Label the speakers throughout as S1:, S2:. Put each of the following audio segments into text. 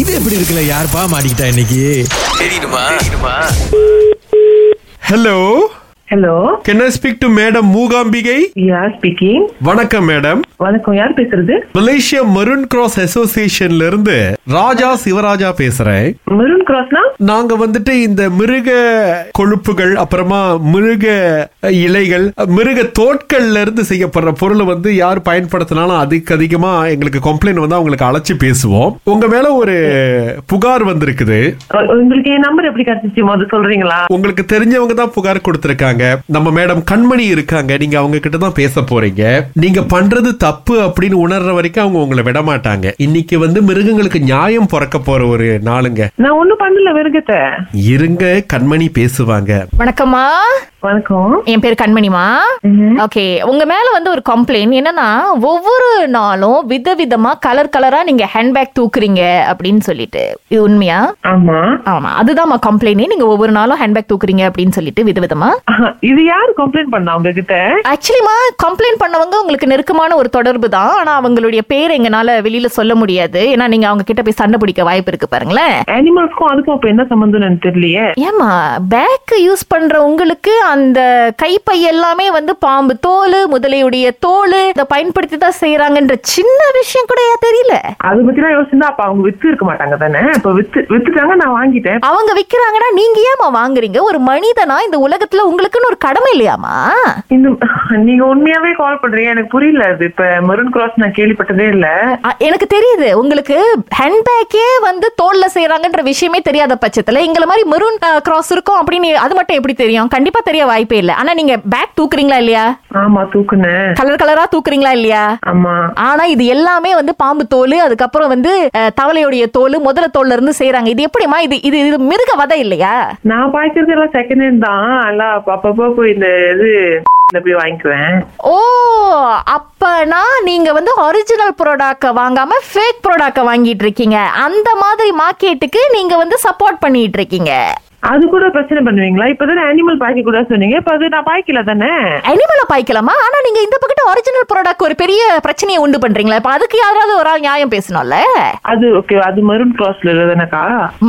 S1: இது எப்படி இருக்குல்ல யாருப்பா மாட்டிக்கிட்டா இன்னைக்கு
S2: hello
S3: hello
S2: can I speak to madam Mookambigai
S3: யார் ஸ்பீக்கிங்
S2: வணக்கம் மேடம்
S3: வணக்கம் யார் பேசுறது
S2: மலேசியா மருன் கிராஸ் அசோசியேஷன்ல இருந்து ராஜா சிவராஜா பேசுறேன்
S3: மெரூன் கிராஸ்னா
S2: நாங்க வந்துட்டு இந்த மிருக கொழுப்புகள் அப்புறமா மிருக இலைகள் மிருக தோட்கள்ல இருந்து செய்யப்படுற பொருளை வந்து யார் பயன்படுத்தினாலும் அதுக்கு அதிகமா எங்களுக்கு கம்ப்ளைண்ட் வந்தா உங்களுக்கு அழைச்சி பேசுவோம் உங்க மேல ஒரு புகார் வந்திருக்குது
S3: உ- உங்களுக்கு என் நம்பர் எப்படி கிடைச்சிச்சு முதல்ல சொல்றீங்களா
S2: உங்களுக்கு தெரிஞ்சவங்க தான் புகார் கொடுத்திருக்காங்க நம்ம மேடம் கண்மணி இருக்காங்க நீங்க அவங்க கிட்ட தான் பேச போறீங்க நீங்க பண்றது தப்பு அப்படின்னு உணர்ற வரைக்கும் அவங்க உங்களை விட மாட்டாங்க இன்னைக்கு வந்து மிருகங்களுக்கு நியாயம் பிறக்க போற ஒரு நாளுங்க
S3: நான் ஒண்ணும் பண்ணல வெறுங்கத்த
S2: இருங்க கண்மணி பேசுவாங்க
S4: வணக்கம்மா
S3: வணக்கம்
S4: என் பேர் கண்மணிமா ஓகே உங்க மேல வந்து ஒரு கம்ப்ளைண்ட் என்னன்னா ஒவ்வொரு நாளும் விதவிதமா கலர் கலரா நீங்க ஹேண்ட்பேக் தூக்குறீங்க அப்படின்னு சொல்லிட்டு இது உண்மையா
S3: ஆமா
S4: ஆமா அதுதான்மா கம்ப்ளைண்ட் நீங்க ஒவ்வொரு நாளும் ஹேண்ட்பேக் தூக்குறீங்க அப்படின்னு சொல்லிட்டு விதவிதமா
S3: ஆஹா, இது யார் கம்ப்ளைண்ட் பண்ணா உங்ககிட்ட
S4: ஆக்சுவலிமா கம்ப்ளைண்ட் பண்ணவங்க உங்களுக்கு நெருக்கமான ஒரு தொடர்பு தான் ஆனா அவங்களுடைய பேர் எங்கனால வெளியில சொல்ல முடியாது ஏன்னா நீங்க அவங்க கிட்ட போய் சண்டை பிடிக்க வாய்ப்பு இருக்கு பாருங்களேன்
S3: அனிமல்ஸ்க்கும் அதுக்கும் அப்ப என்ன சம்பந்தம்னு எனக்கு தெரியலையே
S4: ஏமா பேக் யூஸ் பண்ற உங்களுக்கு அந்த கைப்பை எல்லாமே வந்து பாம்பு தோல் முதலையுடைய தோல் இதை பயன்படுத்தி தான் செய்யறாங்கன்ற சின்ன விஷயம் கூட ஏன் தெரியல
S3: அதை பத்தி நான் யோசிச்சிருந்தா அப்ப அவங்க வித்து இருக்க மாட்டாங்க தானே இப்ப வித்து வித்துட்டாங்க நான் வாங்கிட்டேன்
S4: அவங்க விக்கிறாங்கன்னா நீங்க ஏமா வாங்குறீங்க ஒரு மனிதனா இந்த உலகத்துல உங்களுக்குன்னு ஒரு கடமை இல்லையாமா
S3: இந்த நீங்க உண்மையாவே கால் பண்றீங்க எனக்கு புரியல அது இப்ப மெரூன் கிராஸ் நான் கேள்விப்பட்டதே இல்ல
S4: அ- எனக்கு தெரியுது உங்களுக்கு ஹேண்ட்பேக்கே வந்து தோல்ல செய்யறாங்கன்ற விஷயமே தெரியாத பட்சத்துல எங்களை மாதிரி மெரூன் கிராஸ் இருக்கும் அப்படின்னு அது மட்டும் எப்படி தெரியும் கண்டிப்பா தெரிய வாய்ப்பே இல்லை ஆனா நீங்க பேக் தூக்குறீங்களா இல்லையா
S3: ஆமா தூக்குனேன்
S4: கலர் கலரா தூக்குறீங்களா இல்லையா
S3: ஆமா
S4: ஆனா இது எல்லாமே வந்து பாம்பு தோல் அதுக்கப்புறம் வந்து அஹ், தவளையுடைய தோல் முதல தோல்ல இருந்து செய்யறாங்க இது எப்படிமா இது இது இது மிருக வதை இல்லையா
S3: நான் பாய்க்கிறது எல்லாம் செகண்ட் ஹேண்ட் தான் எல்லாம் அப்ப- அப்பப்போ போய் இந்த இது இதுல போய் வாங்கிக்குவேன்
S4: ஓ அப்பனா நீங்க வந்து ஒரிஜினல் ப்ராடக்ட வாங்காம ஃபேக் ப்ராடக்ட வாங்கிட்டு இருக்கீங்க அந்த மாதிரி மார்க்கெட்டுக்கு நீங்க வந்து சப்போர்ட் பண்ணிட்டு இருக்கீங்க
S3: அது கூட பிரச்சனை பண்ணுவீங்களா இப்பதானே அனிமல் பாய்க்க கூட சொன்னீங்க இப்ப அது நான் பாய்க்கல தானே
S4: அனிமலை பாய்க்கலாமா ஆனா நீங்க இந்த பக்கத்து ஒரிஜினல் ப்ராடக்ட் ஒரு பெரிய பிரச்சனையை உண்டு பண்றீங்களா இப்ப அதுக்கு யாராவது ஒரு ஆள் நியாயம் பேசணும்ல
S3: அது ஓகே அது மருன் கிராஸ்ல இல்லதானக்கா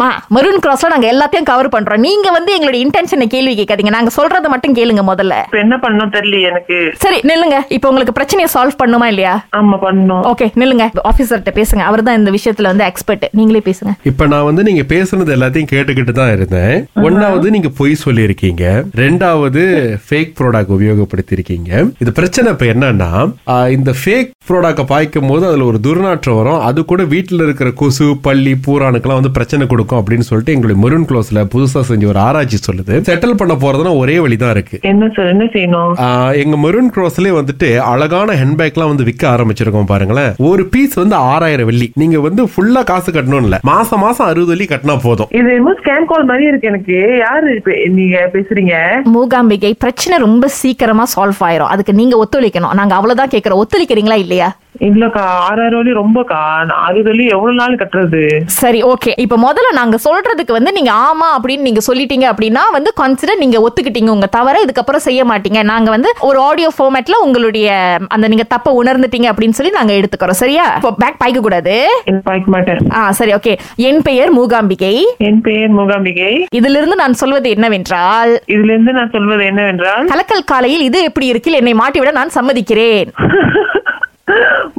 S4: மா மருன் கிராஸ்ல நாங்க எல்லாத்தையும் கவர் பண்றோம் நீங்க வந்து எங்களுடைய இன்டென்ஷனை கேள்வி கேட்காதீங்க நாங்க சொல்றதை மட்டும் கேளுங்க முதல்ல
S3: இப்ப என்ன பண்ணணும் தெரியல எனக்கு
S4: சரி நில்லுங்க இப்போ உங்களுக்கு பிரச்சனையை சால்வ் பண்ணுமா இல்லையா
S3: ஆமா பண்ணணும்
S4: ஓகே நில்லுங்க ஆபீசர்கிட்ட பேசுங்க அவர்தான் இந்த விஷயத்துல வந்து எக்ஸ்பர்ட் நீங்களே பேசுங்க
S2: இப்ப நான் வந்து நீங்க பேசுனது எல்லாத்தையும் கேட்டுக்கிட்டு தான் இருந்தேன் ஒன்னாவது நீங்க பொய் சொல்லியிருக்கீங்க ரெண்டாவது ஃபேக் ப்ராடக்ட் உபயோகப்படுத்தியிருக்கீங்க இது பிரச்சனை இப்ப என்னன்னா ஆஹ், இந்த ஃபேக் ப்ராடக்ட் பாய்க்கும் போது அதுல ஒரு துர்நாற்றம் வரும் அது கூட வீட்டுல இருக்கிற கொசு பள்ளி பூரானுக்கெல்லாம் வந்து பிரச்சனை கொடுக்கும் அப்படின்னு சொல்லிட்டு எங்களுடைய மருன் க்ளோஸ்ல புதுசா செஞ்ச ஒரு ஆராய்ச்சி சொல்லுது செட்டில் பண்ண போறதுன்னா ஒரே வழிதான் இருக்கு
S3: என்ன சார் என்ன செய்யணும்
S2: ஆஹ், எங்க மெரூன் கிராஸ்லயே வந்துட்டு அழகான ஹேண்ட்பேக்லாம் வந்து விற்க ஆரம்பிச்சிருக்கோம் பாருங்களேன் ஒரு பீஸ் வந்து ஆறாயிரம் வெள்ளி நீங்க வந்து ஃபுல்லா காசு கட்டணும் இல்ல மாசம் மாசம் அறுபது வெள்ளி கட்டினா போதும்
S3: இது என்னமோ ஸ்கேம் கால் மாதிரி இருக்கு எனக்கு யாரு இப்ப நீங்க பேசுறீங்க
S4: மூகாம்பிகை பிரச்சனை ரொம்ப சீக்கிரமா சால்வ் ஆயிரும் அதுக்கு நீங்க ஒத்துழைக்கணும் நாங்க அவ்வளவுதான் கேக்குறோம் ஒத்துழைக்கிறீங்களா இல்லையா
S3: இல்லக்கா ஆறாயிரம் வழி ரொம்பக்கா நான் அறுபது வழி எவ்வளவு நாள் கட்டுறது
S4: சரி ஓகே இப்போ முதல்ல நாங்க சொல்றதுக்கு வந்து நீங்க ஆமா அப்படின்னு நீங்க சொல்லிட்டீங்க அப்படின்னா வந்து கன்சிடர் நீங்க ஒத்துக்கிட்டீங்க உங்க தவிர இதுக்கப்புறம் செய்ய மாட்டீங்க நாங்க வந்து ஒரு ஆடியோ ஃபார்மேட்ல உங்களுடைய அந்த நீங்க தப்ப உணர்ந்துட்டீங்க அப்படின்னு சொல்லி நாங்க எடுத்துக்கிறோம் சரியா பேக் பாய்க்க கூடாது
S3: எனக்கு பாய்க்க மாட்டேன்
S4: ஆ சரி ஓகே என் பெயர் மூகாம்பிகை
S3: என் பெயர் மூகாம்பிகை
S4: இதிலிருந்து நான் சொல்வது என்னவென்றால்
S3: இதுல இருந்து நான் சொல்வது என்னவென்றால்
S4: கலக்கல் காலையில் இது எப்படி இருக்கில் என்னை மாட்டிவிட நான் சம்மதிக்கிறேன்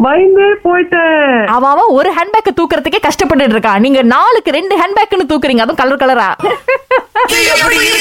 S3: பயந்தே போயிட்டேன்
S4: அவன் அவன் ஒரு ஹேண்ட்பேக் தூக்குறதுக்கே கஷ்டப்பட்டுட்டு இருக்கான் நீங்க நாளுக்கு ரெண்டு ஹேண்ட்பேக்னு தூக்குறீங்க அதுவும் கலர் கலரா
S5: எப்படி